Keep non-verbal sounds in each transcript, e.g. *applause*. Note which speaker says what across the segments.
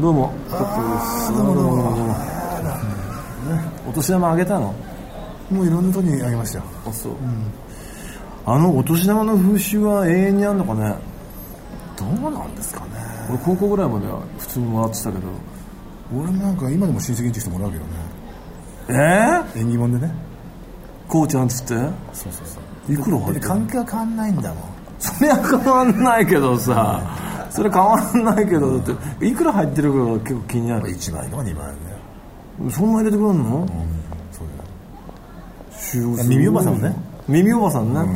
Speaker 1: どうもトップですどうもどうもお年玉あげたの
Speaker 2: もういろんなとこにあげましたよ
Speaker 1: あそう、あのお年玉の風習は永遠にあんのかね
Speaker 2: どうなんですかね
Speaker 1: 俺高校ぐらいまでは普通にもらってたけど
Speaker 2: 俺もなんか今でも親戚にしてもらうけどね
Speaker 1: えー、
Speaker 2: 縁起物でね
Speaker 1: こうちゃんっつって
Speaker 2: そうそうそう
Speaker 1: いくら入
Speaker 2: だっ
Speaker 1: っててる
Speaker 2: 関係は変わんないんだもん
Speaker 1: それは変わんないけどさそれ変わんないけどだっていくら入ってるかが結構気になる
Speaker 2: 1万円とか2万円だよ
Speaker 1: そんな入れてくれんの
Speaker 2: そうだ
Speaker 1: 主要
Speaker 2: いや耳おばさんね
Speaker 1: 耳おばさんね、あー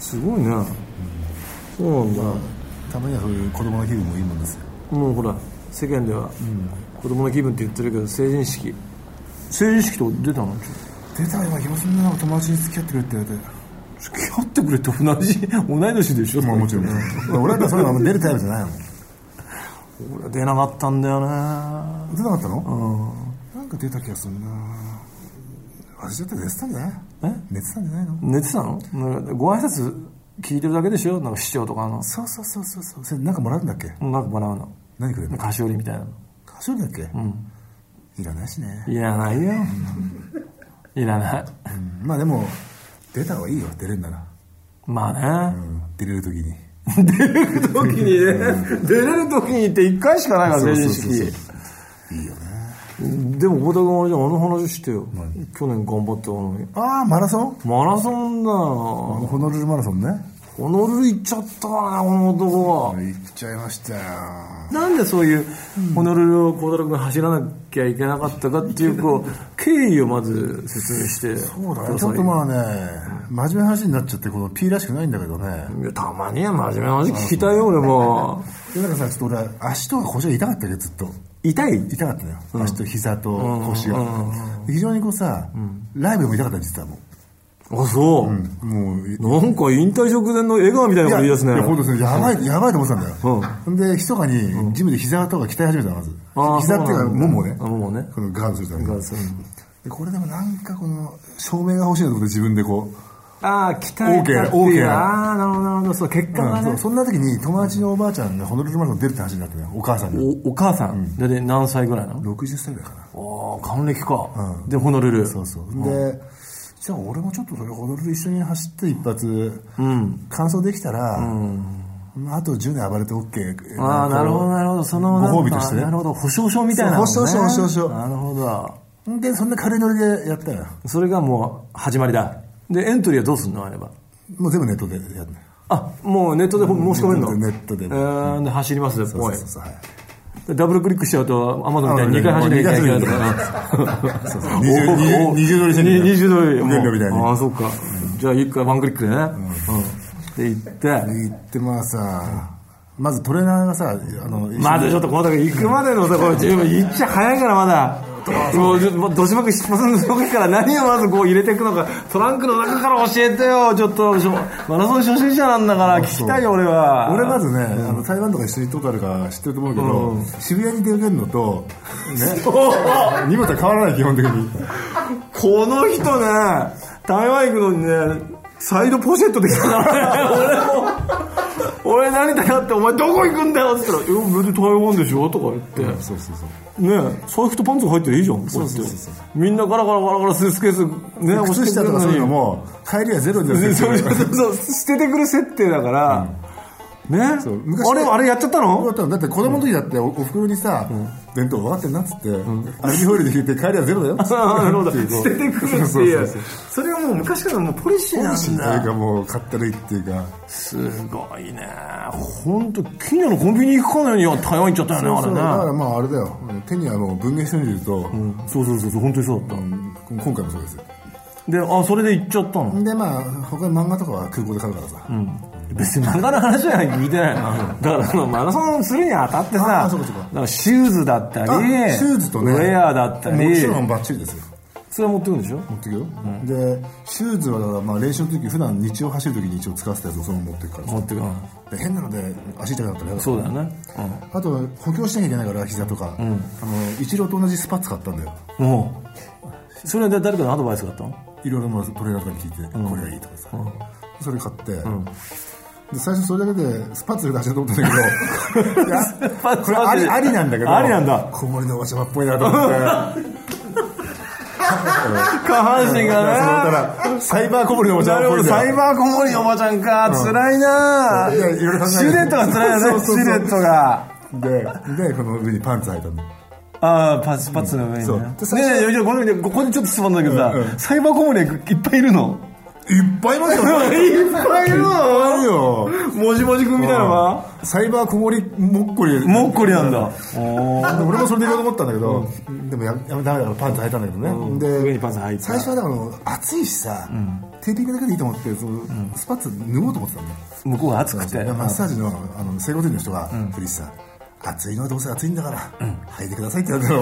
Speaker 1: すごいね、そうなんだ、
Speaker 2: たまにはそういう子供の気分もいいもんですよ
Speaker 1: もうほら世間では、子供の気分って言ってるけど成人式成人式とか出たの
Speaker 2: 出た今広島の友達に付き合ってくれって言われて
Speaker 1: 付き合ってくれって同じ同い年でしょ、
Speaker 2: まあもちろん俺はそういうのあんま出るタイプじゃないもん
Speaker 1: 俺出なかったんだよね
Speaker 2: 出なかったのなんか出た気がするな私だって寝てたんじゃない
Speaker 1: え
Speaker 2: 寝てたんじゃないの
Speaker 1: 寝てたのなんかご挨拶聞いてるだけでしょなんか市長とかの
Speaker 2: そうそうそうそうそうそれなんかもらうんだっけ
Speaker 1: なんかもらうの
Speaker 2: 何くれる
Speaker 1: な
Speaker 2: の
Speaker 1: んか菓子折りみたいなの
Speaker 2: カショリだっけいらないしね
Speaker 1: いらないよいらない
Speaker 2: うんまあでも出た方がいいよ出れるなら
Speaker 1: まあね、
Speaker 2: うん出れる時に
Speaker 1: 時にね、出れる時にって1回しかないから、成人式。
Speaker 2: そうそう
Speaker 1: いいよね。でも、小田君あれじゃん、あの話してよ。去年頑張ったのに。
Speaker 2: ああマラソン
Speaker 1: マラソンだよ。
Speaker 2: ホノルルマラソンね
Speaker 1: ホノルル行っちゃったからね、この男は。
Speaker 2: 行っちゃいましたよ
Speaker 1: なんでそういう、ホノルルを小太郎君走らなきゃいけなかったかっていう、こう、経緯をまず説明して。
Speaker 2: そうだねちょっとまあね真面目な話になっちゃってこの P らしくないんだけどね
Speaker 1: いやたまには真面目な話聞きたいよ、俺も。
Speaker 2: でなんかさちょっと俺足とか腰が痛かったよずっと
Speaker 1: 痛い
Speaker 2: 痛かったのよ足と膝と腰が非常にこうさライブでも痛かったの実はも
Speaker 1: あ、そう。
Speaker 2: うもう
Speaker 1: なんか引退直前の笑顔みたいなこと言い出すね。
Speaker 2: いや、本当ですね。やばい、やばいと思ってたんだよ。
Speaker 1: う
Speaker 2: で、密かに、ジムで膝とか鍛え始めたの、まず
Speaker 1: あー。
Speaker 2: 膝っていうか、
Speaker 1: そうなんだ
Speaker 2: ももね。
Speaker 1: あももね
Speaker 2: このガードするために。
Speaker 1: ガードする
Speaker 2: でこれでもなんかこの、照明が欲しいなと思って自分でこう。
Speaker 1: ああ、鍛えたって
Speaker 2: オーケーオー
Speaker 1: い
Speaker 2: ケ
Speaker 1: う。
Speaker 2: ー
Speaker 1: ああ、なるほど、なるほど。そう、結果
Speaker 2: う
Speaker 1: が
Speaker 2: んそ
Speaker 1: ね
Speaker 2: う。そんな時に、友達のおばあちゃんがホノルルマラソン出るって話になってね、お母さんに。
Speaker 1: おお母さん、だって何歳ぐらいなの
Speaker 2: 60歳ぐらいかな。
Speaker 1: おー、還暦か。で、ホノルル。
Speaker 2: そうそう。で、じゃあ俺もちょっとそれホノルル一緒に走って一発、完走できたら、まああと10年暴れて OK。
Speaker 1: ああ、なるほど、なるほど。その、
Speaker 2: ご褒美
Speaker 1: なんか
Speaker 2: としてね
Speaker 1: なるほど、保証書みたいなのね。
Speaker 2: そう保証書保証書
Speaker 1: なるほど。
Speaker 2: ど。で、そんな軽いノリでやったよ。
Speaker 1: それがもう、始まりだ。で、エントリーはどうすんのあれば。
Speaker 2: もう全部ネットでやるね。
Speaker 1: あ、もうネットで申し込めるの
Speaker 2: ネットで
Speaker 1: え
Speaker 2: ネットで
Speaker 1: ーで、走りますで、
Speaker 2: そ
Speaker 1: ぽ
Speaker 2: う
Speaker 1: い
Speaker 2: そう。そうはい
Speaker 1: でダブルクリックしちゃうと、アマゾンみたいに2回走らなきゃいけないと *laughs* か。
Speaker 2: そうそう20 20ドルしてる
Speaker 1: 二十ドル。
Speaker 2: 無限量みたいに
Speaker 1: ああ、そうか。じゃあ、一回ワンクリックでね。うん。で、行って。
Speaker 2: で行ってまあさ、まずトレーナーがさ、あの、
Speaker 1: まずちょっとこの時行くまでのさ、これ、行っちゃ早いからまだ。もう、ちょっともうどしまく出発の時から何をまずこう入れていくのか、トランクの中から教えてよ、ちょっと、しょマラソン初心者なんだから、聞きたいよ、俺は。
Speaker 2: 俺まずね、あの台湾とか一緒に行ったことあるから知ってると思うけど、渋谷に出かけるのと、ね、荷物は変わらない基本的に。
Speaker 1: この人ね、台湾行くのにね、サイドポシェットで来たからね、俺も。俺何だよって、お前どこ行くんだよって言ったら、いや、別に台湾でしょとか言って。
Speaker 2: そうそうそう。
Speaker 1: ね財布とパンツが入ってるいいじゃん。そう
Speaker 2: そうそうそう
Speaker 1: みんなガラガラガラガラスーツケース、ね、押
Speaker 2: 靴
Speaker 1: して
Speaker 2: 下
Speaker 1: くる
Speaker 2: と
Speaker 1: の
Speaker 2: か
Speaker 1: に
Speaker 2: そういうのも、帰りはゼロ
Speaker 1: *laughs*
Speaker 2: で
Speaker 1: そう
Speaker 2: す
Speaker 1: そう
Speaker 2: よ。
Speaker 1: そうそう捨ててくる設定だから、ね
Speaker 2: そう昔
Speaker 1: あれあれやっちゃった
Speaker 2: そうだ
Speaker 1: の
Speaker 2: ったのだって子供の時だっておお袋にさ、弁当分かってんなっつって、アルミホイルで引いて帰りはゼロだよっつって。
Speaker 1: ああなるほど *laughs* 捨ててくるっていうそ
Speaker 2: そうそうそう
Speaker 1: れはもう昔からのもうポリシーな
Speaker 2: とい
Speaker 1: ん
Speaker 2: う
Speaker 1: だ
Speaker 2: かもう、かったるいっていうか。
Speaker 1: すごいね本当近所のコンビニ行くかのように台湾行っちゃったよね
Speaker 2: そうだ
Speaker 1: あ
Speaker 2: か
Speaker 1: れね
Speaker 2: らまああれだよ手にあの文芸春秋と、
Speaker 1: そうそうそうそう本当にそうだっ
Speaker 2: うん今回もそうです
Speaker 1: たであそれで行っちゃったの
Speaker 2: でまあ他に漫画とかは空港で買うからさ、
Speaker 1: 別に漫画の話は聞いてないだからそのマラソンするにあたって
Speaker 2: あ
Speaker 1: さ
Speaker 2: ーそうかそうか
Speaker 1: なんかシューズだったり
Speaker 2: あシューズとね
Speaker 1: ウェアだったり
Speaker 2: もちろんバッチリですよ
Speaker 1: それは持ってくるんでしょ
Speaker 2: 持ってくよ、でシューズはだからまあ練習の時普段日曜走る時に一応使ってたやつをそのまま持ってくからさ
Speaker 1: 持ってくる
Speaker 2: で変なので足痛くなったら嫌だ
Speaker 1: そうだよねうん
Speaker 2: あと補強しなきゃいけないから膝とか、あの一郎と同じスパッツ買ったんだよ
Speaker 1: もうそれで誰かのアドバイスがあったの
Speaker 2: いろいろまあトレーナーから聞いて、これがいいとかさ、それ買って、で最初それだけでスパッツで出してと思ったんだけ
Speaker 1: *laughs*
Speaker 2: どいや
Speaker 1: パッツ
Speaker 2: これありありなんだけど
Speaker 1: ありなんだ
Speaker 2: 小森のおばちゃまっぽいなと思
Speaker 1: *laughs*
Speaker 2: って
Speaker 1: 下半身がね
Speaker 2: だからそのただサイバー小森のおばちゃ
Speaker 1: な
Speaker 2: まっ
Speaker 1: るほ
Speaker 2: ぽい
Speaker 1: ど
Speaker 2: んだ
Speaker 1: サ
Speaker 2: よ
Speaker 1: イバーコモリおばちゃんか辛いない
Speaker 2: やいろいろ考えて
Speaker 1: シルエットが辛いよ
Speaker 2: そう
Speaker 1: ねシ
Speaker 2: そうそう
Speaker 1: ルエットが
Speaker 2: ででこの上にパンツ履いたの
Speaker 1: ああパスパッツの上に
Speaker 2: そ
Speaker 1: ね
Speaker 2: う
Speaker 1: ね
Speaker 2: で最初
Speaker 1: えねえごめんねここでちょっと質問なんだけどさ、
Speaker 2: うんうん
Speaker 1: サイバーコモリいっぱいいるの
Speaker 2: いっぱいいます
Speaker 1: *laughs*
Speaker 2: よ
Speaker 1: いっぱいいる
Speaker 2: いる
Speaker 1: の
Speaker 2: よ
Speaker 1: もじもじくんみたいなのは
Speaker 2: サイバー小森もっこり
Speaker 1: もっこりなんだおー
Speaker 2: で俺もそれでいこうと思ったんだけど、でもややめダメだからパンツ履いたんだけどね、で
Speaker 1: 上にパンツ履いた
Speaker 2: 最初はだからあの暑いしさ、テーピングだけでいいと思ってその、スパッツ脱ごうと思ってたんだよ
Speaker 1: 向こうが熱くて
Speaker 2: でマッサージのあの整骨院の人が「古市さん暑いのはどうせ暑いんだから、履いてください」って言われたの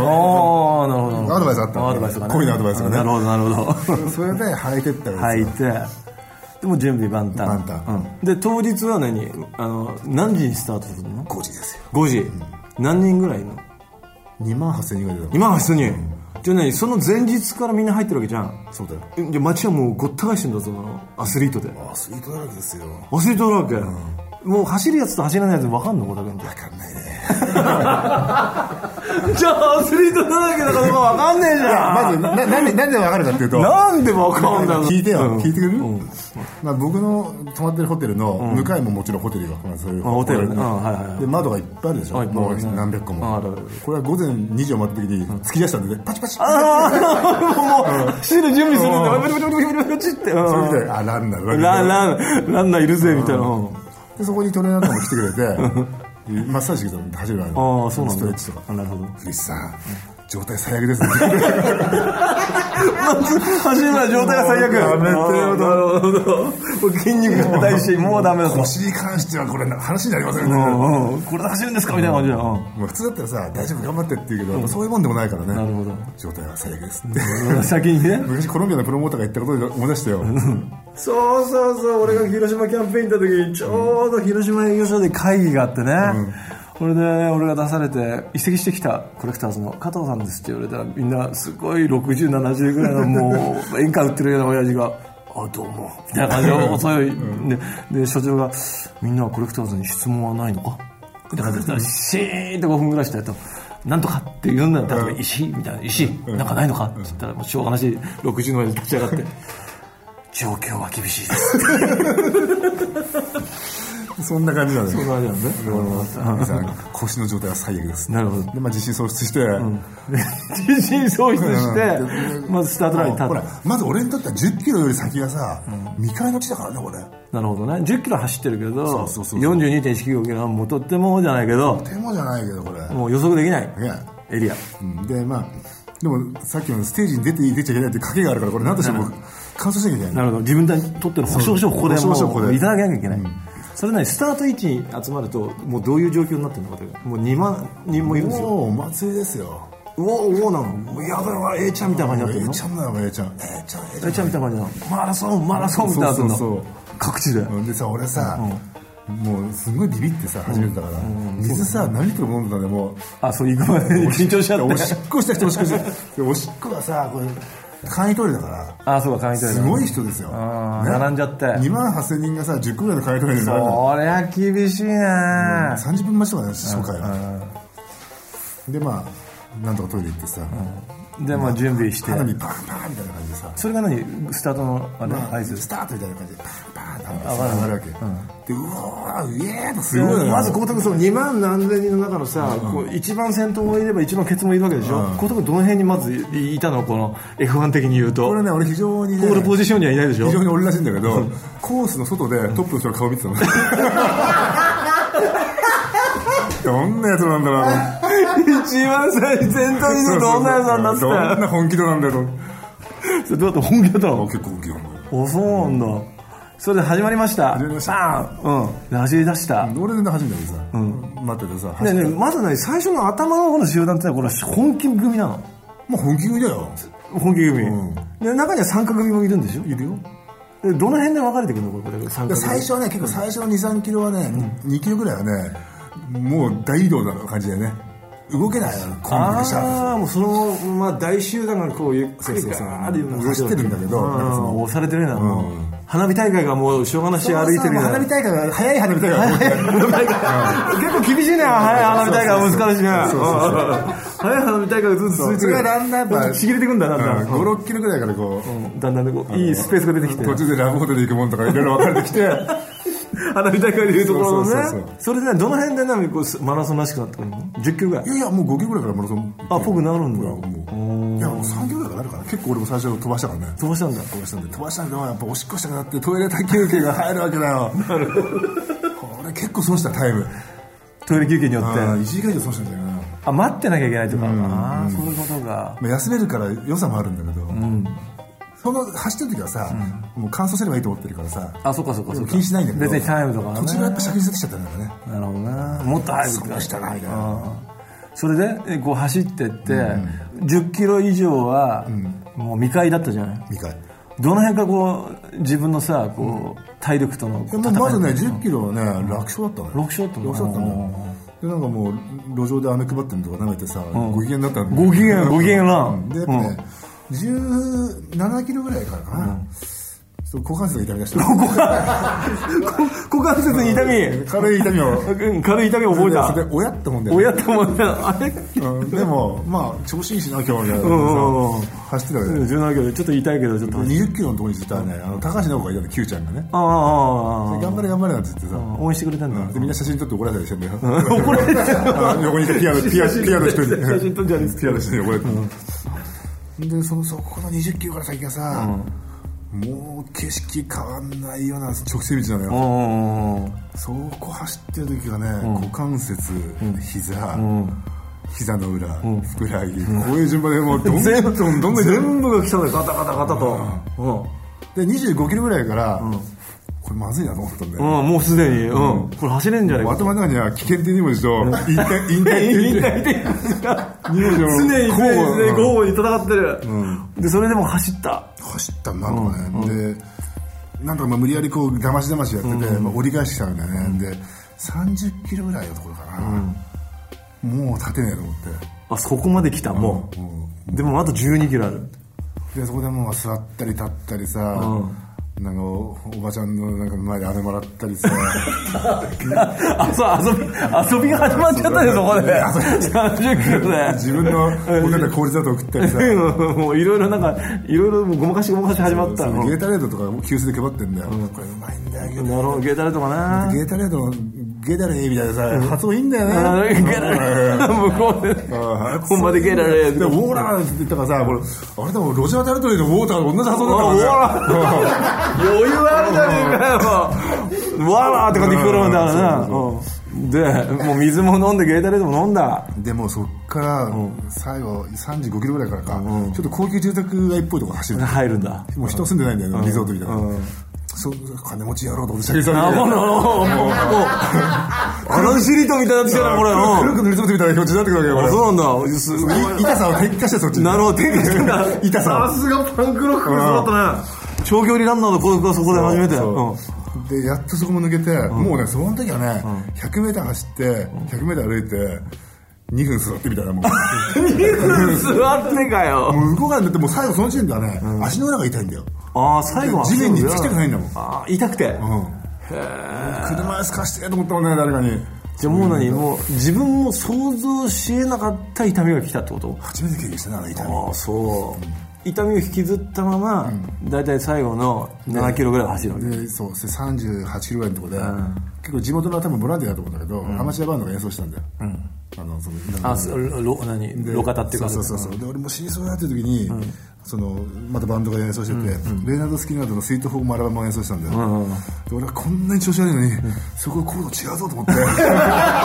Speaker 1: おーなるほどなるほど
Speaker 2: アドバイスあったの
Speaker 1: アドバイスがね
Speaker 2: 恋のアドバイスがね
Speaker 1: なるほどなるほど
Speaker 2: それで履いてったら
Speaker 1: 履いてでも準備万端
Speaker 2: 万端
Speaker 1: うんで当日は何あの何時にスタートするの
Speaker 2: 5時ですよ
Speaker 1: 5時何人ぐらいいるの
Speaker 2: 2万8000人ぐらいだよ
Speaker 1: 今は人にじゃあ何その前日からみんな入ってるわけじゃん
Speaker 2: そうだよ
Speaker 1: えじゃあ街はもうごった返してんだぞアスリートで
Speaker 2: アスリートだらけですよ
Speaker 1: アスリートだらけ、もう走るやつと走らないやつ分かんの小田君って
Speaker 2: 分かんないね
Speaker 1: じゃあアスリートだらけだから分かんねえじ
Speaker 2: いや
Speaker 1: ゃ *laughs*
Speaker 2: まずなななんでなんで分かるかっていうと
Speaker 1: なんで分かんだ
Speaker 2: 聞いてよ、
Speaker 1: うん
Speaker 2: 聞
Speaker 1: *laughs*
Speaker 2: いてくれる、まあ、僕の泊まってるホテルの向かいももちろんホテルが、まあ、そういう
Speaker 1: あホテルね
Speaker 2: ここ
Speaker 1: うんはいはいはい
Speaker 2: で窓がいっぱいあるでしょ、
Speaker 1: はい
Speaker 2: もう
Speaker 1: はい
Speaker 2: 何百個も、
Speaker 1: ああるある
Speaker 2: これは午前2時を待った時に突き出したんでねパチパチ
Speaker 1: ああもうシール準備するんだ
Speaker 2: う
Speaker 1: ブチブチブチブチブチって
Speaker 2: それ
Speaker 1: うん
Speaker 2: であランナーだ
Speaker 1: ランランランナーいるぜみたいなうん
Speaker 2: でそこにトレーナーとかも来てく *laughs* れてマッサージしてくれたの走るわけ
Speaker 1: ああそうなんだ
Speaker 2: ストレッチとか
Speaker 1: あなるほど
Speaker 2: 古市さん状態最
Speaker 1: *laughs*
Speaker 2: 悪ですね *laughs*
Speaker 1: 走るな状態が最悪
Speaker 2: やめてよ
Speaker 1: なるほどもう筋肉が硬いしもうダメだと
Speaker 2: 腰に関してはこれ話になりませんね
Speaker 1: うんうんこれで走るんですかみたいな感じだようん
Speaker 2: もう普通だったらさ大丈夫頑張ってって言うけど、やっぱそういうもんでもないからね
Speaker 1: なるほど
Speaker 2: 状態は最悪ですって
Speaker 1: 先にね
Speaker 2: 昔コロンビアのプロモーターが言ったことで思い出したよ
Speaker 1: そうそうそう俺が広島キャンペーン行った時にちょうど広島営業所で会議があってね、これで俺が出されて移籍してきたコレクターズの加藤さんですって言われたらみんなすごい6070ぐらいのもう演歌売ってるような親父が。あどうもみたいな感じで遅い、 *laughs* でで所長が「みんなはコレクターズに質問はないのか?」って感じでシーンと5分ぐらいしたやと「なんとか」って言うんだよ例えば「石」みたいな「石」なんかないのかって言ったらもうしょうがなし60の親父立ち上がって状況は厳しいです。
Speaker 2: そんな感じなんだよ
Speaker 1: なるほ
Speaker 2: さ腰の状態は最悪です
Speaker 1: ど。なるほど。
Speaker 2: で、まあ、自信喪失して、
Speaker 1: 自信喪失
Speaker 2: う
Speaker 1: し
Speaker 2: ん
Speaker 1: て、まずスタートラインに
Speaker 2: ほ
Speaker 1: 立
Speaker 2: ら
Speaker 1: っ
Speaker 2: まず俺にとっては1 0キロより先がさ、未開の地だからねこれ
Speaker 1: た。なるほどね。10キロ走ってるけど、
Speaker 2: うそうそう
Speaker 1: 42.195キロはもうとってもじゃないけど、
Speaker 2: 手もじゃないけどこれ、
Speaker 1: もう予測できない
Speaker 2: いや
Speaker 1: エリア。
Speaker 2: うんでまあでもさっきのステージに出ていい出ちゃいけないっていう賭けがあるからこれ何としても完走しなきゃいけない
Speaker 1: なるほど。自分にとっての保証書をここで
Speaker 2: そう保証書をこ
Speaker 1: も
Speaker 2: こ
Speaker 1: う
Speaker 2: で
Speaker 1: いただけなきゃいけない。それなりにスタート位置に集まると、もうどういう状況になってるのかというか、もう2万人もいるんですよ。
Speaker 2: もうお祭りですよ
Speaker 1: うおうおうなの。もうやだわ、A ちゃんみたいな感じになっ
Speaker 2: A
Speaker 1: て
Speaker 2: ちゃんなのか A ちゃん A ちゃん A ちゃん
Speaker 1: るの ?A ちゃんみたいな感じなの。マラソン、マラソンみたいになってる
Speaker 2: そうそう
Speaker 1: の
Speaker 2: そう。
Speaker 1: 各地で。
Speaker 2: うんでさ俺さ、もうすごいビビってさ初めてだから、水さ何リットル飲んでたんでもう
Speaker 1: あ、そう、行くまで *laughs* 緊張しちゃって
Speaker 2: お。しっこした人おしっこしたでおしっこがさこれ簡易トイレだから
Speaker 1: あ、そうか、会員
Speaker 2: すごい人ですよ、ね、
Speaker 1: あー並んじゃって
Speaker 2: 2万8000人がさ10個ぐらいの簡易トイレで並ん
Speaker 1: そ
Speaker 2: だの
Speaker 1: りゃ厳しいね、
Speaker 2: 30分待ちとかね初回はでまあなんとかトイレ行ってさ、
Speaker 1: でも準備して
Speaker 2: 花火バンバンみたいな感じでさ
Speaker 1: それが何スタートのあれ
Speaker 2: ま
Speaker 1: 合
Speaker 2: あ、
Speaker 1: 図
Speaker 2: スタートみたいな感じでバンバンって上がるわけ、でうわーイエーとすごい
Speaker 1: まず
Speaker 2: こ
Speaker 1: 高徳その2万何千人の中のさ、こう一番先頭がいれば一番ケツもいるわけでしょ
Speaker 2: うん
Speaker 1: 高徳、どの辺にまずいいたのこの F1 的に言うと
Speaker 2: れね俺非常にね
Speaker 1: ポールポジションにはいないでしょ
Speaker 2: 非常に俺らしいんだけど、コースの外でトップの人の顔見てたの。どんなやつなんだろうな
Speaker 1: 一番最先頭にいるのどんなやつなんだっつ *laughs*
Speaker 2: どんな本気度なんだろう。
Speaker 1: ってそれどうやって本気だったの
Speaker 2: 結構本気度
Speaker 1: おそうなんだ、それで始まりました
Speaker 2: 始まりました
Speaker 1: バーンうんで走り出した、
Speaker 2: 俺全然初めてでさ、待っててさ、
Speaker 1: ね
Speaker 2: 走
Speaker 1: え
Speaker 2: っ
Speaker 1: ねえ
Speaker 2: て
Speaker 1: まずね最初の頭の方の集団ってのはこれは本気組なの
Speaker 2: もう本気組だよ。
Speaker 1: 本気組、
Speaker 2: うん
Speaker 1: で中には三角組もいるんでしょ
Speaker 2: いるよ。
Speaker 1: でどの辺で分かれてくるのこれこれ三
Speaker 2: で
Speaker 1: 角
Speaker 2: 最
Speaker 1: 組
Speaker 2: 初はね、結構最初の2、3キロはね、2キロぐらいはね、もう大移動な感じだよね。動けないの、コンビでシャー
Speaker 1: ああもうそのまま大集団がこうゆっくり
Speaker 2: そうそうそう
Speaker 1: ガーッて
Speaker 2: 走ってるんだけど
Speaker 1: う
Speaker 2: なんかその
Speaker 1: 押されてるような、
Speaker 2: うん
Speaker 1: 花火大会がもうしょうがなし
Speaker 2: そう
Speaker 1: 歩いてるような
Speaker 2: 花火大会は早い花火大会だと思って
Speaker 1: *laughs* 結構厳しいね早い花火大会は難しいね
Speaker 2: そうそうそう
Speaker 1: 早い花火大会がずっと続いて
Speaker 2: そ
Speaker 1: く
Speaker 2: れ
Speaker 1: る
Speaker 2: がだんだんやっぱ
Speaker 1: ちぎれてくんだだんだん
Speaker 2: うん56キロぐらいからこう
Speaker 1: だんだんねこういいスペースが出てきて
Speaker 2: 途中でラブホテル行くもんとかいろいろ分かれてき
Speaker 1: *laughs*
Speaker 2: て
Speaker 1: 花火大会でいうところの
Speaker 2: そうそうそう
Speaker 1: ね
Speaker 2: そ
Speaker 1: そ
Speaker 2: う
Speaker 1: れでねどの辺でねこうマラソンらしくなってくるの10キロぐらい
Speaker 2: いやいやもう5キロぐらいからマラソン
Speaker 1: あぽくなるんだ
Speaker 2: もういやもう3キロぐらいからなるから結構俺も最初飛ばしたからね
Speaker 1: 飛ばしたんだ
Speaker 2: 飛ばしたんで飛ばしたんでやっぱおしっこしたくなってトイレ休憩が入るわけだよこれ結構損したタイム
Speaker 1: トイレ休憩によ
Speaker 2: あ
Speaker 1: って
Speaker 2: ー1時間以上損したんだよな、
Speaker 1: あ待ってなきゃいけないとかああそういうことか
Speaker 2: まあ、休めるから良さもあるんだけど、その走ってる時はさ、もう乾燥すればいいと思ってるからさ
Speaker 1: あそうかそうかそうか
Speaker 2: 気にしないんだけど
Speaker 1: 別にタイムとかはね
Speaker 2: 途中はやっぱ尺に出てきちゃったんだよね
Speaker 1: なるほどなもっと早く
Speaker 2: 損したなみたいな
Speaker 1: それでえこう走ってって、10キロ以上は、もう未開だったじゃない
Speaker 2: 2回
Speaker 1: どの辺かこう自分のさこう、体力との
Speaker 2: で
Speaker 1: 戦
Speaker 2: も
Speaker 1: い
Speaker 2: まずね1 0キロはね楽勝だったのよ
Speaker 1: 楽勝だったの
Speaker 2: 楽勝だったのよでなんかもう路上で飴配ってるのとか舐めてさ、ご機嫌だったん
Speaker 1: ご機嫌ご機嫌な
Speaker 2: でやっぱね、17キロぐらいからかな、そう *laughs* 股関節が痛み出して
Speaker 1: 股関節に痛み
Speaker 2: 軽い痛みを
Speaker 1: うん軽い痛みを覚え
Speaker 2: そ
Speaker 1: た
Speaker 2: れで親ってもんだよね
Speaker 1: 親と思ったあれ
Speaker 2: うんでも、まあ、調子いいしな、今日はみたいな
Speaker 1: うんうんうん
Speaker 2: 走ってたわけだよ。
Speaker 1: 17キロでちょっと痛いけどちょっと走って
Speaker 2: 20キロのところに実はね、あの高橋直子がいたの、Q ちゃんがね。
Speaker 1: あああああ
Speaker 2: 頑張れ頑張れなんて言ってさ、
Speaker 1: あ応援してくれたんだ、
Speaker 2: でみんな写真撮って怒られたりしてんだよ。
Speaker 1: *laughs* 怒られてた
Speaker 2: あの横にいたピアノ、ピアノ、ピアノ一人
Speaker 1: 写真
Speaker 2: に。
Speaker 1: 撮んじゃねえっつって
Speaker 2: ピアノ一人に怒られて。で、その、そこの20キロから先がさ、もう景色変わんないような直線道なの
Speaker 1: う
Speaker 2: よ。
Speaker 1: んうんうんうん
Speaker 2: そこ走ってる時がね、股関節、膝、膝の裏、ふくらはぎ、こういう順番でもうどんどんどんどんどん
Speaker 1: 全部が来たのよガタガタガタと、うん
Speaker 2: で25キロぐらいから、これまずいなと思ったんで、よ
Speaker 1: うん、もうすでに、うん、これ走れんじゃないか。
Speaker 2: 頭の中には危険っていう文字と引退引退って
Speaker 1: *laughs* 引
Speaker 2: 言って
Speaker 1: 退で常に
Speaker 2: 二文字
Speaker 1: 常に
Speaker 2: を交互
Speaker 1: 常に交互に戦ってる、でそれでも走った
Speaker 2: 走ったんだなんとかね、でなんとかまあ無理やりこうだましだましやってて、まあ、折り返してきたんだよね、で30キロぐらいのところかな、もう立てねえと思って
Speaker 1: あそこまで来たもう、でもあと1 2キロある
Speaker 2: でそこでもう座ったり立ったりさ、なんかおおばちゃんのなんか前であれもらったりさ *laughs*
Speaker 1: あそう遊び遊びが始まっちゃったよそこで30キロで
Speaker 2: 自分の持ってた氷砂糖食ったりさ *laughs*
Speaker 1: うん *laughs* もういろいろなんかいろいろもうごまかしごまかし始まった
Speaker 2: その
Speaker 1: の
Speaker 2: ゲ
Speaker 1: な
Speaker 2: ータレードとかも急須で配ってんだよ、これうまいんだよゲータレード
Speaker 1: るほどゲータレとかね
Speaker 2: ゲータレードのゲータレーみたいなさ、発音いいんだ
Speaker 1: あ
Speaker 2: よ
Speaker 1: ゲ
Speaker 2: ね。
Speaker 1: ータレ向こうで
Speaker 2: うん
Speaker 1: ほんまでゲータレ
Speaker 2: で、ウォーラーって言ったからさ、これ、あれでもロジャー・タルトリーのウォーターと同じ発音だ
Speaker 1: お
Speaker 2: った
Speaker 1: ら余裕あるじゃ *laughs* ねえかよわらーって感じ聞こえるんだからなうんでもう水も飲んでゲータレードも飲んだ *laughs*
Speaker 2: ね。でもうそっから、最後、35キロぐらいからか、ちょっと高級住宅街っぽいとこ走る。
Speaker 1: 入るんだ
Speaker 2: もう人住んでないんだよね、リゾートみたいな。そう、金持ちやろうと思って、シャキさん
Speaker 1: あもうもうもうあのシリトみたいになってきたなこれ
Speaker 2: 黒
Speaker 1: う
Speaker 2: く塗りつぶってみたいな表示になってくるわ
Speaker 1: ん
Speaker 2: けよ、
Speaker 1: そうなんだすごい
Speaker 2: これ。い痛さを撤回して、そっちに。
Speaker 1: なるほど手が来たんだ
Speaker 2: 痛さを
Speaker 1: すがパンクロックが育ったね長距離ランナーの孤独はそこで初めて
Speaker 2: そう
Speaker 1: うん
Speaker 2: でやっとそこも抜けて、もうねその時はね、100m 走って 100m 歩いて2分座ってみた
Speaker 1: *laughs*
Speaker 2: いなもう
Speaker 1: 座ってかよ
Speaker 2: もう動かないんだってもう最後その時点ではね、足の裏が痛いんだよ
Speaker 1: ああ最後は
Speaker 2: 地面につきたくないんだもん
Speaker 1: あー痛くて
Speaker 2: 車椅子貸してと思ったもんね誰かに
Speaker 1: じゃあもう何もう自分も想像しえなかった痛みが来たってこと
Speaker 2: 初めて経験したなあの痛み
Speaker 1: ああそう痛みを引きずったまま大体最後の7キロぐらい走るわけ
Speaker 2: でそうそして38キロぐらいのところで、結構地元の多分ボランティアだと思うんだけど、アマチュアバンドが演奏したんだよ、あのそのなんか
Speaker 1: あそろ何
Speaker 2: で
Speaker 1: 路肩っていうか
Speaker 2: そうそうそうそうで俺も死にそうだっていう時に、そのまたバンドが演奏してて、レイナード・スキナードの「スイート・フォーム・アラバマ」を演奏したんだよ、で俺はこんなに調子悪いのに、そこコード違うぞと思って
Speaker 1: *laughs*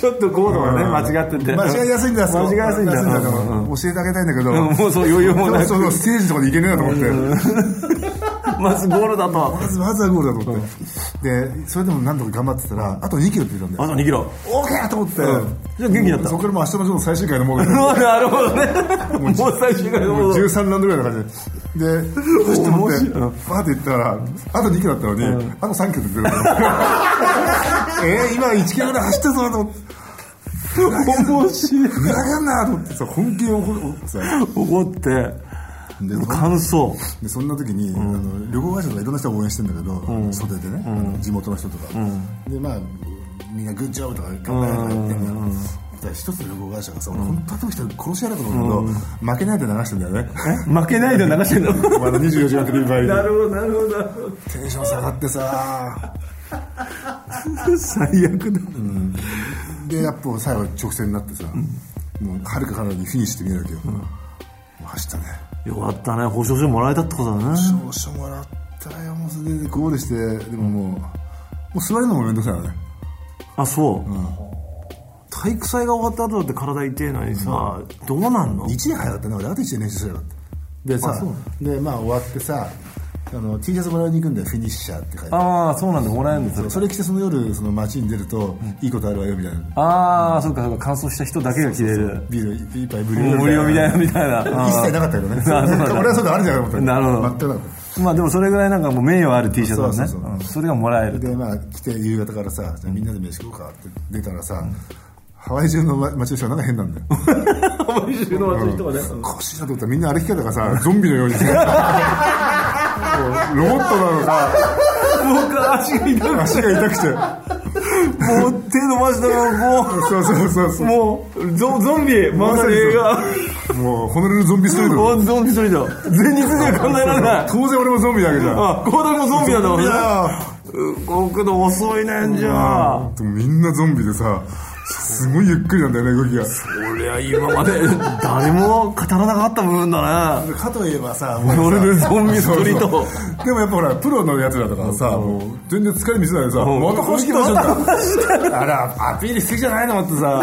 Speaker 1: ちょっとコードがね間違ってて
Speaker 2: 間違いやすいんだあそこ
Speaker 1: 間違いやすいんだ
Speaker 2: 間違あの教えてあげたいんだけど、
Speaker 1: うんもうそう余裕もな
Speaker 2: で
Speaker 1: く
Speaker 2: そのステージとかでいけねえなと思って、
Speaker 1: まずゴールだと
Speaker 2: まずまずはゴールだと思って、でそれでも何とか頑張ってたらあと2キロって言ったんだ
Speaker 1: あ
Speaker 2: よ
Speaker 1: と2キロ *laughs*
Speaker 2: OK! と思って、
Speaker 1: じゃあ元気になった
Speaker 2: そこからもう明日のジョーの最終回のもう
Speaker 1: なるほどねもう最終回の
Speaker 2: も
Speaker 1: も
Speaker 2: う
Speaker 1: う
Speaker 2: 13ラウンドぐらいの感じで。で、走って持って、パーって行ったら、あと2キロだったのに、あと3キロって *laughs* 出るえー、今1キロぐらい走ったぞと思って、
Speaker 1: 面白い
Speaker 2: ふざけんなと思ってさ、本気で怒るさ、
Speaker 1: 怒って
Speaker 2: で
Speaker 1: 俺感想
Speaker 2: でそんな時に、あの旅行会社とかいろんな人が応援してんだけど、袖でね、あの地元の人とか、でまあみんなグッジョブとか頑張れとか言ってんだよ、だから一つの旅行会社がさ、俺本当に人殺しやると思うんだけど、負けないで流してんだよね。
Speaker 1: 負けないで流してんの
Speaker 2: *laughs* まだ24時間テレビ *laughs* バ
Speaker 1: *laughs*
Speaker 2: イ
Speaker 1: な
Speaker 2: で。
Speaker 1: るほどなるほどなるほど
Speaker 2: テンション下がってさ、
Speaker 1: 最悪だ、
Speaker 2: で、やっぱ最後直線になってさ、もうはるか彼方にフィニッシュって見えるわけよ。もう走ったね。
Speaker 1: よかったね保証書もらえたってことだね
Speaker 2: 少々もらったよ、もうそれでゴールして、でももう、もう座るのもめんどくさいのね。
Speaker 1: あそう、体育祭が終わった後だって体痛えのにさ、どうなんの
Speaker 2: 1年早かったね俺あと1年練習すればよかったで
Speaker 1: あ
Speaker 2: さ
Speaker 1: そうな
Speaker 2: でまあ終わってさあの T シャツもらいに行くんだよフィニッシャーって書いてあ
Speaker 1: ああそうなんだもらえるんです
Speaker 2: るそれ着てその夜その街に出ると、いいことあるわよみたいな
Speaker 1: ああそうかそうか乾燥した人だけが着れる
Speaker 2: ビール一杯無
Speaker 1: もう
Speaker 2: 料
Speaker 1: 無料みたいなみたいな
Speaker 2: 一切なかったけど
Speaker 1: あ
Speaker 2: ね
Speaker 1: そうなんだ
Speaker 2: *laughs* 俺はそういうのあるじゃない思った
Speaker 1: なるほど
Speaker 2: 全くなかっ
Speaker 1: まあでもそれぐらいなんかもう名誉ある T シャツだね
Speaker 2: そうそうそう
Speaker 1: うんそれがもらえ *laughs*
Speaker 2: た
Speaker 1: る
Speaker 2: でまあ来て夕方からさじゃあみんなで飯食おうかって出たらさ、ハワイ中の街の人がなんか変なんだよ
Speaker 1: 毎週の私とかね
Speaker 2: おかしいなと思ったらみんな歩き方がさゾンビのようにさこうロボットなのか
Speaker 1: 僕足が痛く
Speaker 2: 足が痛くて
Speaker 1: もう手伸ばしたらも
Speaker 2: そうそうそうそう
Speaker 1: うもうゾゾンビまさに映画
Speaker 2: もうホノルルゾンビストリート
Speaker 1: もうゾンビそれだ全日で考えられない
Speaker 2: 当然俺もゾンビだけじゃん
Speaker 1: あ高田もゾンビなんだもんねう動くの遅いねんじゃあ
Speaker 2: でもみんなゾンビでさすごいゆっくりなんだよね動きが
Speaker 1: 俺は今まで誰も語らなかった部分だね
Speaker 2: かといえばさ
Speaker 1: 俺のゾンビストリート
Speaker 2: でもやっぱほらプロのやつらとかはさもう全然疲れ見せないでさ
Speaker 1: ん
Speaker 2: また本気出しちゃったあらアピールしてきじゃないのってさ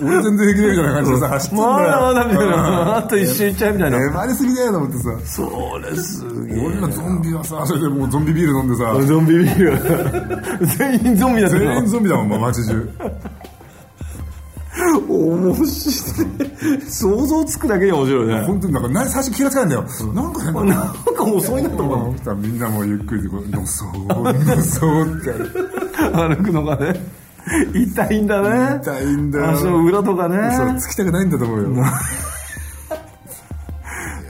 Speaker 2: 俺全然平気だよみたいな感じでさ走ってんだよ
Speaker 1: まだまだみたいなあと一周いっちゃうみたいな
Speaker 2: 粘りすぎだよと思ってさ
Speaker 1: それすげえ
Speaker 2: 俺らゾンビはさそれでもうゾンビビール飲んでさ
Speaker 1: ゾンビビール全員ゾンビだった
Speaker 2: 全員
Speaker 1: の
Speaker 2: ゾンビだもん街中
Speaker 1: 面白い想像つくだけで面白いね
Speaker 2: 本当になんかな最初気がつかないんだよなんか変だな
Speaker 1: なんか遅いなと思う
Speaker 2: うんみんなもうゆっくりでこうのそーのそーってやる
Speaker 1: 歩くのがね痛いんだね
Speaker 2: 痛いんだよ
Speaker 1: 足の裏とかね
Speaker 2: そうつきたくないんだと思うよ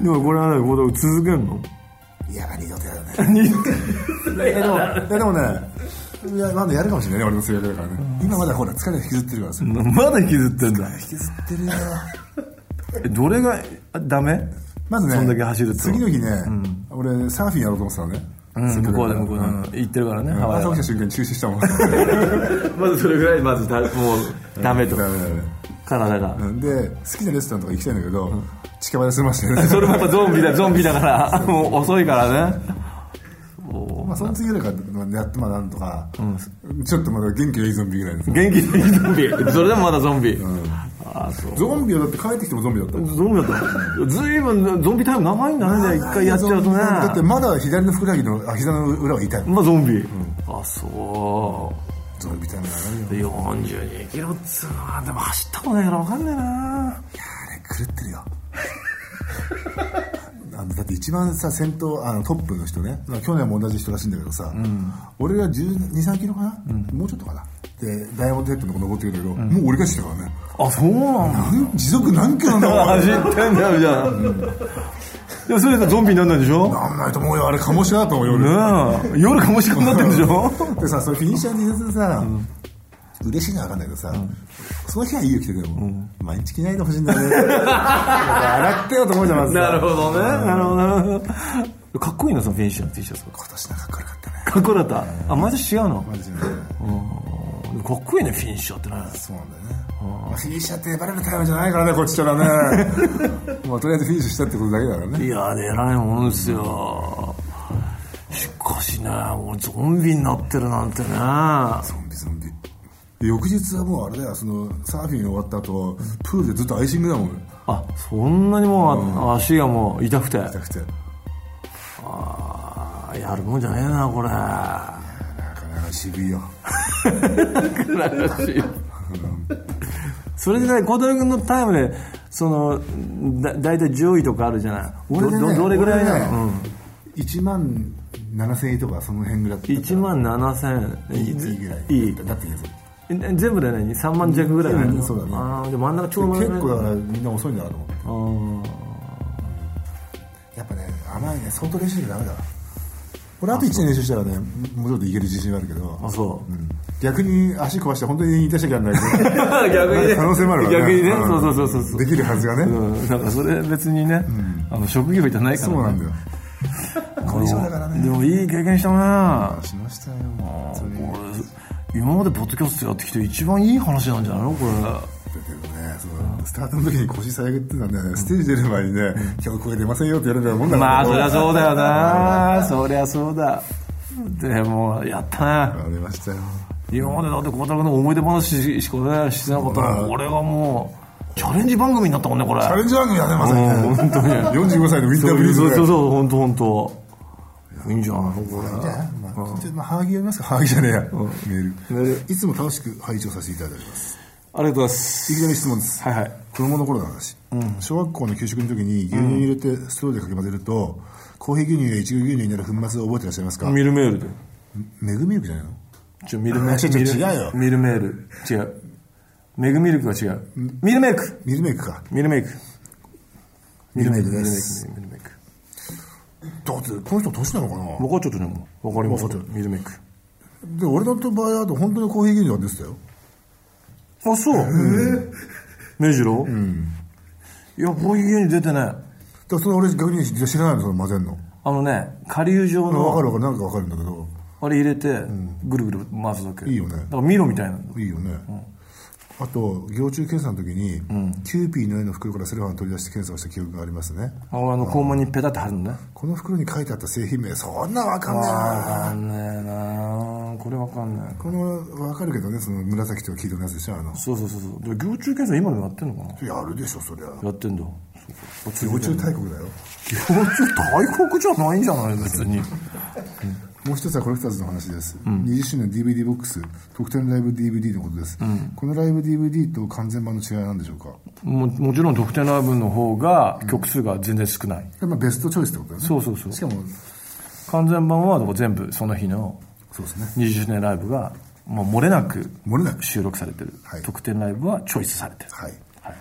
Speaker 1: でもこれはねこれ続けんの
Speaker 2: いや二度とやだねいやでもいやでもねいやまだやるかもしれないね俺の性格だからね今まだほら疲れ引きずってるからさ
Speaker 1: まだ引きずってんだ
Speaker 2: 引きずってるよ
Speaker 1: えどれがあダメ
Speaker 2: まずね
Speaker 1: そんだけ走ると
Speaker 2: 次の日ね俺サーフィンやろうと思ってたのね
Speaker 1: 向こうで向こうで
Speaker 2: で
Speaker 1: 行ってるからねハワイ
Speaker 2: 朝
Speaker 1: は
Speaker 2: 起きた瞬間に中止したもん
Speaker 1: まずそれぐらいまずだもうダメと
Speaker 2: ダメダメ
Speaker 1: 体が
Speaker 2: うんで好きなレストランとか行きたいんだけど近場で済ましてね
Speaker 1: *laughs* それもやっぱゾンビだゾンビだからもう遅いからね
Speaker 2: まあ、その次ぐらいからやってまあなんとか、ちょっとまだ元気のいいゾンビぐらいです
Speaker 1: 元気でいいゾンビそれでもまだゾンビ、ああそう
Speaker 2: ゾンビはだって帰ってきてもゾンビだった
Speaker 1: ゾンビだったずいぶんゾンビタイム長いんだねじゃあ一回やっちゃうとね
Speaker 2: だってまだ左のふくらはぎのあ膝の裏は痛いもん
Speaker 1: まあゾンビ、あそ
Speaker 2: ゾンビ痛いのがあるよ
Speaker 1: う42キロっつうのはでも走ったことないから分かんないな
Speaker 2: あれ狂ってるよあのだって一番さ先頭あのトップの人ね去年も同じ人らしいんだけどさ、俺が1 2 3キロかな、もうちょっとかなでダイヤモンドヘッドのとこ登ってくるけど、もう折り返してたからね
Speaker 1: あそうなんだ
Speaker 2: なん時速何キロなんだろう
Speaker 1: 走ってんだよじゃあ、でもそれでゾンビになんないでしょ
Speaker 2: なんないと思うよあれかもしれなと思うよ俺
Speaker 1: うん夜かもしかになってるでしょ
Speaker 2: でさそれフィニッシャーの T シャツでさ、嬉しいのは分かんないけどさ、その日はいいよ着てても、毎日着ないでほしいんだよ
Speaker 1: *laughs*
Speaker 2: ねなんか洗ってよと思うじゃんまず
Speaker 1: *laughs*
Speaker 2: さ
Speaker 1: なるほどねなるほどなるほどかっこいいなそのフィニッシュの T シャツ
Speaker 2: 今年なんかかっこよかったね
Speaker 1: かっこよかったあ毎年違うの
Speaker 2: マジで
Speaker 1: かっこいいねフィニッシュってな
Speaker 2: そうなんだよね、まあ、フィニッシャーってバレるタイムじゃないからねこっちとら *laughs* ねまあとりあえずフィニッシュしたってことだけだからね
Speaker 1: いやーね偉いもんですよしかしね俺ゾンビになってるなんてね
Speaker 2: ゾンビゾンビで翌日はもうあれだよそのサーフィン終わった後プールでずっとアイシングだもんね
Speaker 1: あそんなにもう、あ足がもう痛くて
Speaker 2: 痛くて
Speaker 1: ああやるもんじゃねえなこれ
Speaker 2: なかなか渋いよ
Speaker 1: それでね孝太郎君のタイムでそのだ大体上位とかあるじゃないど
Speaker 2: 俺でね
Speaker 1: どどれぐらいな
Speaker 2: 俺ね
Speaker 1: の、
Speaker 2: 1万7000円とかその辺ぐらいだった
Speaker 1: うん、1万7000
Speaker 2: いいぐらい
Speaker 1: いい
Speaker 2: だってけど
Speaker 1: え全部で何3万弱ぐらいなの、
Speaker 2: うんそうだね
Speaker 1: ああで真ん中ちょうど真ん
Speaker 2: 結
Speaker 1: 中
Speaker 2: 構だからみんな遅いんだなと思って
Speaker 1: あー
Speaker 2: やっぱね甘いね相当練習しなきゃダメだわ俺あと1年練習したらねもうちょっといける自信はあるけど
Speaker 1: あそう
Speaker 2: うん逆に足壊して本当に引退しなき
Speaker 1: *laughs*
Speaker 2: ゃならない
Speaker 1: 逆にね
Speaker 2: 可能性もあるわ
Speaker 1: 逆にね
Speaker 2: ん
Speaker 1: そうそうそうそうそう
Speaker 2: できるはずがね、
Speaker 1: うん、なんかそれ別にね、あの職業じゃないから、ね、
Speaker 2: そうなんだよこれ以上だからね
Speaker 1: でもいい経験したな
Speaker 2: しましたよ
Speaker 1: これ今までポッドキャストやってきて一番いい話なんじゃないのこ
Speaker 2: だけどねそのスタートの時に腰下げてたんだよねステージ出る前にね「今日声出ませんよ」って言われたようなもんだ
Speaker 1: れまあそりゃ
Speaker 2: う
Speaker 1: そうだよ *laughs* なそりゃそうだでもやったな
Speaker 2: ありましたよ
Speaker 1: 今までだって光太君の思い出話しかねしてなかった
Speaker 2: う
Speaker 1: の
Speaker 2: ん
Speaker 1: これがもうチャレンジ番組になったもんねこれ
Speaker 2: チャレンジ番組やねまさにね
Speaker 1: うん本当に
Speaker 2: 45歳のウィンタ
Speaker 1: そ
Speaker 2: ー
Speaker 1: う
Speaker 2: ブリーズ
Speaker 1: そう
Speaker 2: で
Speaker 1: そうそう本当本当いいんじゃないのこ
Speaker 2: い
Speaker 1: れ
Speaker 2: やまあちょっとまあハガキ読みますかハガキじゃねえやメールいつも楽しく拝聴させていただいております
Speaker 1: ありがとうございます
Speaker 2: いきなり質問です
Speaker 1: はいはい
Speaker 2: 子供の頃の話、小学校の給食の時に牛乳入れてストローでかき混ぜると、コーヒー牛乳やいちご牛乳になる粉末を覚えてらっしゃいますか、
Speaker 1: ミルメールで
Speaker 2: メグミルクじゃないの
Speaker 1: ちょミルメー
Speaker 2: ちょ
Speaker 1: ル
Speaker 2: ちょ
Speaker 1: ミル
Speaker 2: 違うよ
Speaker 1: ミルメール違うメグミルクは違うミルメイク
Speaker 2: ミルメイクか
Speaker 1: ミルメイク
Speaker 2: ミルメイク
Speaker 1: ミルメ
Speaker 2: で
Speaker 1: イ
Speaker 2: す
Speaker 1: クミルメイク
Speaker 2: だってこの人年なのかな
Speaker 1: 分かっちゃったねもう分かりましたミルメイク
Speaker 2: で俺の場合だと本当にコーヒー牛乳が出てたよ
Speaker 1: あそう目白いやこういう家に出てね
Speaker 2: だからそれ俺逆に知らないのその混ぜんの
Speaker 1: あのね下流状
Speaker 2: 分か
Speaker 1: の
Speaker 2: る分かるなんか分かるんだけど
Speaker 1: あれ入れてぐるぐる回すだけ
Speaker 2: いいよね
Speaker 1: だからミロみたいなんだ
Speaker 2: いいよね、あと行中検査の時に、キューピーの絵の袋からセロハンを取り出して検査をした記憶がありますね
Speaker 1: あの肛門にペタって貼るのね
Speaker 2: この袋に書いてあった製品名そんなわかん
Speaker 1: わ
Speaker 2: ない
Speaker 1: かんねえなこれわかんない
Speaker 2: このわかるけどねその紫と黄色のやつでしょあの
Speaker 1: そうそうそうそうでも行中検査今でもやってんのかな
Speaker 2: やるでしょそりゃ
Speaker 1: やってんだ
Speaker 2: 行中大国だよ
Speaker 1: 行中大国じゃないんじゃない別に
Speaker 2: もう一つはこの2つの話です、20周年 DVD ボックス特典ライブ DVD のことです、このライブ DVD と完全版の違いなんでしょうか
Speaker 1: ももちろん特定の部分の方が曲数が全然少ない、
Speaker 2: でまあ、ベストチョイスってことだよね
Speaker 1: そうそうそう
Speaker 2: しかも
Speaker 1: 完全版はだから全部その日の
Speaker 2: そうですね
Speaker 1: 20周年ライブがもう漏れなく
Speaker 2: 漏れなく
Speaker 1: 収録されてる、
Speaker 2: はい
Speaker 1: 特典ライブはチョイスされてる
Speaker 2: はい
Speaker 1: はい、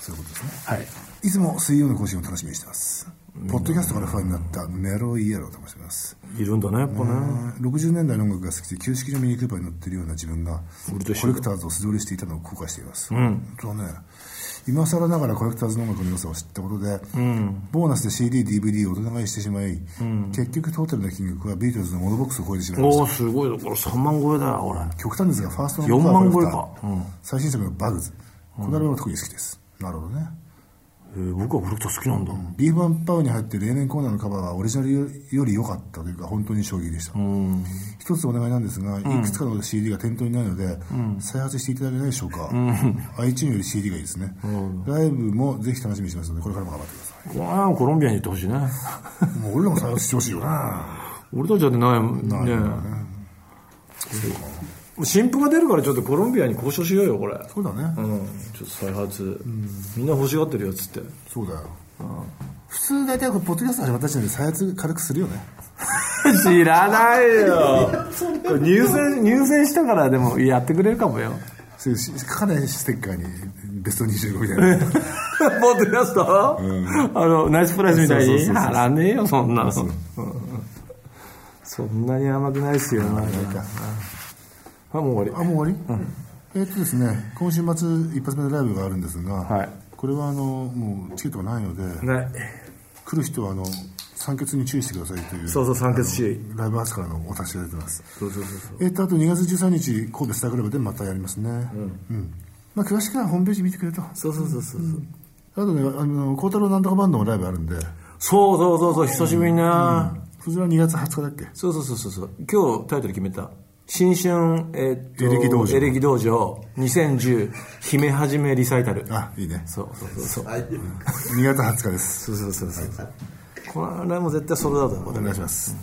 Speaker 2: そういうことですね
Speaker 1: はい、
Speaker 2: いつも水曜の更新を楽しみにしてますポッドキャストからファンになったメロイエローと申します
Speaker 1: いるんだねやっぱね
Speaker 2: 60年代の音楽が好きで旧式のミニクーパーに乗ってるような自分が
Speaker 1: 俺と一緒だ
Speaker 2: コレクターズを素通りしていたのを後悔しています、そうね今更ながらコレクターズの音楽の良さを知ったことで、ボーナスで CDDVD を大人買いしてしまい、結局トータルの金額はビートルズのモノボックスを超えてしまいまし
Speaker 1: おおすごいよこれ3万超えだよこれ
Speaker 2: た極端ですがファーストの
Speaker 1: 4
Speaker 2: コア
Speaker 1: 万
Speaker 2: コ
Speaker 1: 超え
Speaker 2: レクター
Speaker 1: かうん
Speaker 2: 最新作のバグズこのアルバムが特に好きです、なるほどね
Speaker 1: えー僕はコレクター好きなんだ、
Speaker 2: ビーフンパウに入ってる例年コーナーのカバーはオリジナルよより良かったというか本当に衝撃でした、一つお願いなんですが、いくつかの CD が店頭にないので、再発していただけないでしょうか、iTunes より CD がいいですね、ライブもぜひ楽しみにしますのでこれからも頑張ってくださ
Speaker 1: この辺はコロンビアに行ってほしいね
Speaker 2: いもう俺らも再発してほしいよな
Speaker 1: 俺たちだってないもんね新譜が出るからちょっとコロンビアに交渉しようよこれ
Speaker 2: そうだね、
Speaker 1: うんちょっと再発、みんな欲しがってるやつって
Speaker 2: そうだよ、普通大体これポッドキャスト始まった時点で再発軽くするよね
Speaker 1: 知らないよ入選入選したからでもやってくれるかもよ
Speaker 2: そういうしかなりステッカーにベスト25みたいな
Speaker 1: ポッドキャスト、あのナイスプライスみたいに
Speaker 2: そうそうそうそう
Speaker 1: 貼らねえよそんなのうんそんなに甘くないっすよあもう終わ
Speaker 2: あもう終わり、えーっとですね今週末一発目のライブがあるんですが、
Speaker 1: はい
Speaker 2: これはあのもうチケットがないので、
Speaker 1: りない
Speaker 2: 来る人はあの酸欠に注意してくださいという
Speaker 1: そうそう酸欠注意
Speaker 2: あのライブハウスからのお達しが出てます
Speaker 1: そうそうそうそう
Speaker 2: えーっとあと2月13日神戸スタークラブでまたやりますねうん、まあ、詳しくはホームページ見てくれとあ
Speaker 1: そうそうそうそう、う
Speaker 2: とねあの孝太郎なんとかバンドもライブあるんで
Speaker 1: そうそうそうそう久しぶりにな、
Speaker 2: そちらは2月20日だっけ
Speaker 1: そうそうそうそうそう今日タイトル決めた新春、えーっと
Speaker 2: エレキ道場
Speaker 1: エレキ道場2010姫始めリサイタル
Speaker 2: あいいね
Speaker 1: そうそうそうそう
Speaker 2: 2月20日です
Speaker 1: そうそうそうそうこれも絶対ソロだと思う
Speaker 2: お願いします、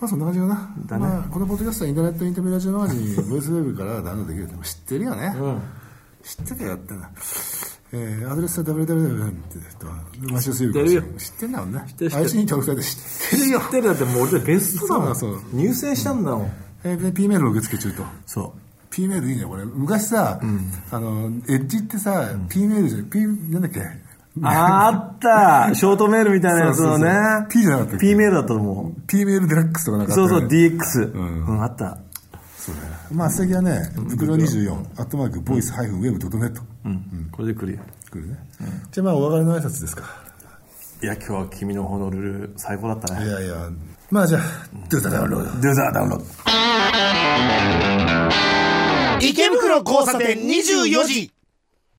Speaker 2: まあそんな感じかな、
Speaker 1: だね
Speaker 2: まあ、このポッドキャストはインターネットインタビューラジオマガジンボイスウェブからダウンロードできるってもう知ってるよね、知ってたよやってな、えー、アドレスは www って毎週水
Speaker 1: 知っ
Speaker 2: 曜日
Speaker 1: てるよ
Speaker 2: 知ってんだもんね
Speaker 1: てる知ってる
Speaker 2: 配信局されて知ってるよ
Speaker 1: 知、ってるだってもう俺ベストだもん
Speaker 2: そうだそ
Speaker 1: 入選したんだもん、
Speaker 2: えー、で P メールを受付中と
Speaker 1: そう
Speaker 2: P メールいいねこれ昔さ、あのエッジってさ、P メールじゃ P なんだっけ
Speaker 1: ああったショートメールみたいなやつのね
Speaker 2: そうそうそう P じゃなかったっけ
Speaker 1: P メールだったと思う
Speaker 2: P メールデラックスとかなんかあった
Speaker 1: そう
Speaker 2: よね
Speaker 1: そう DX うんんあった
Speaker 2: まあ、先はね、袋24、アットマーク、ボイス -web.net。
Speaker 1: うんこれで来るよ
Speaker 2: 来るね。じゃあ、まあ、お別れの挨拶ですか。
Speaker 1: いや今日は君のホノルル最高だった
Speaker 2: い
Speaker 1: ね
Speaker 2: やいや、まあじゃあ、ドゥザダウンロード。
Speaker 1: デザーダウンロード
Speaker 3: 池袋交差点24時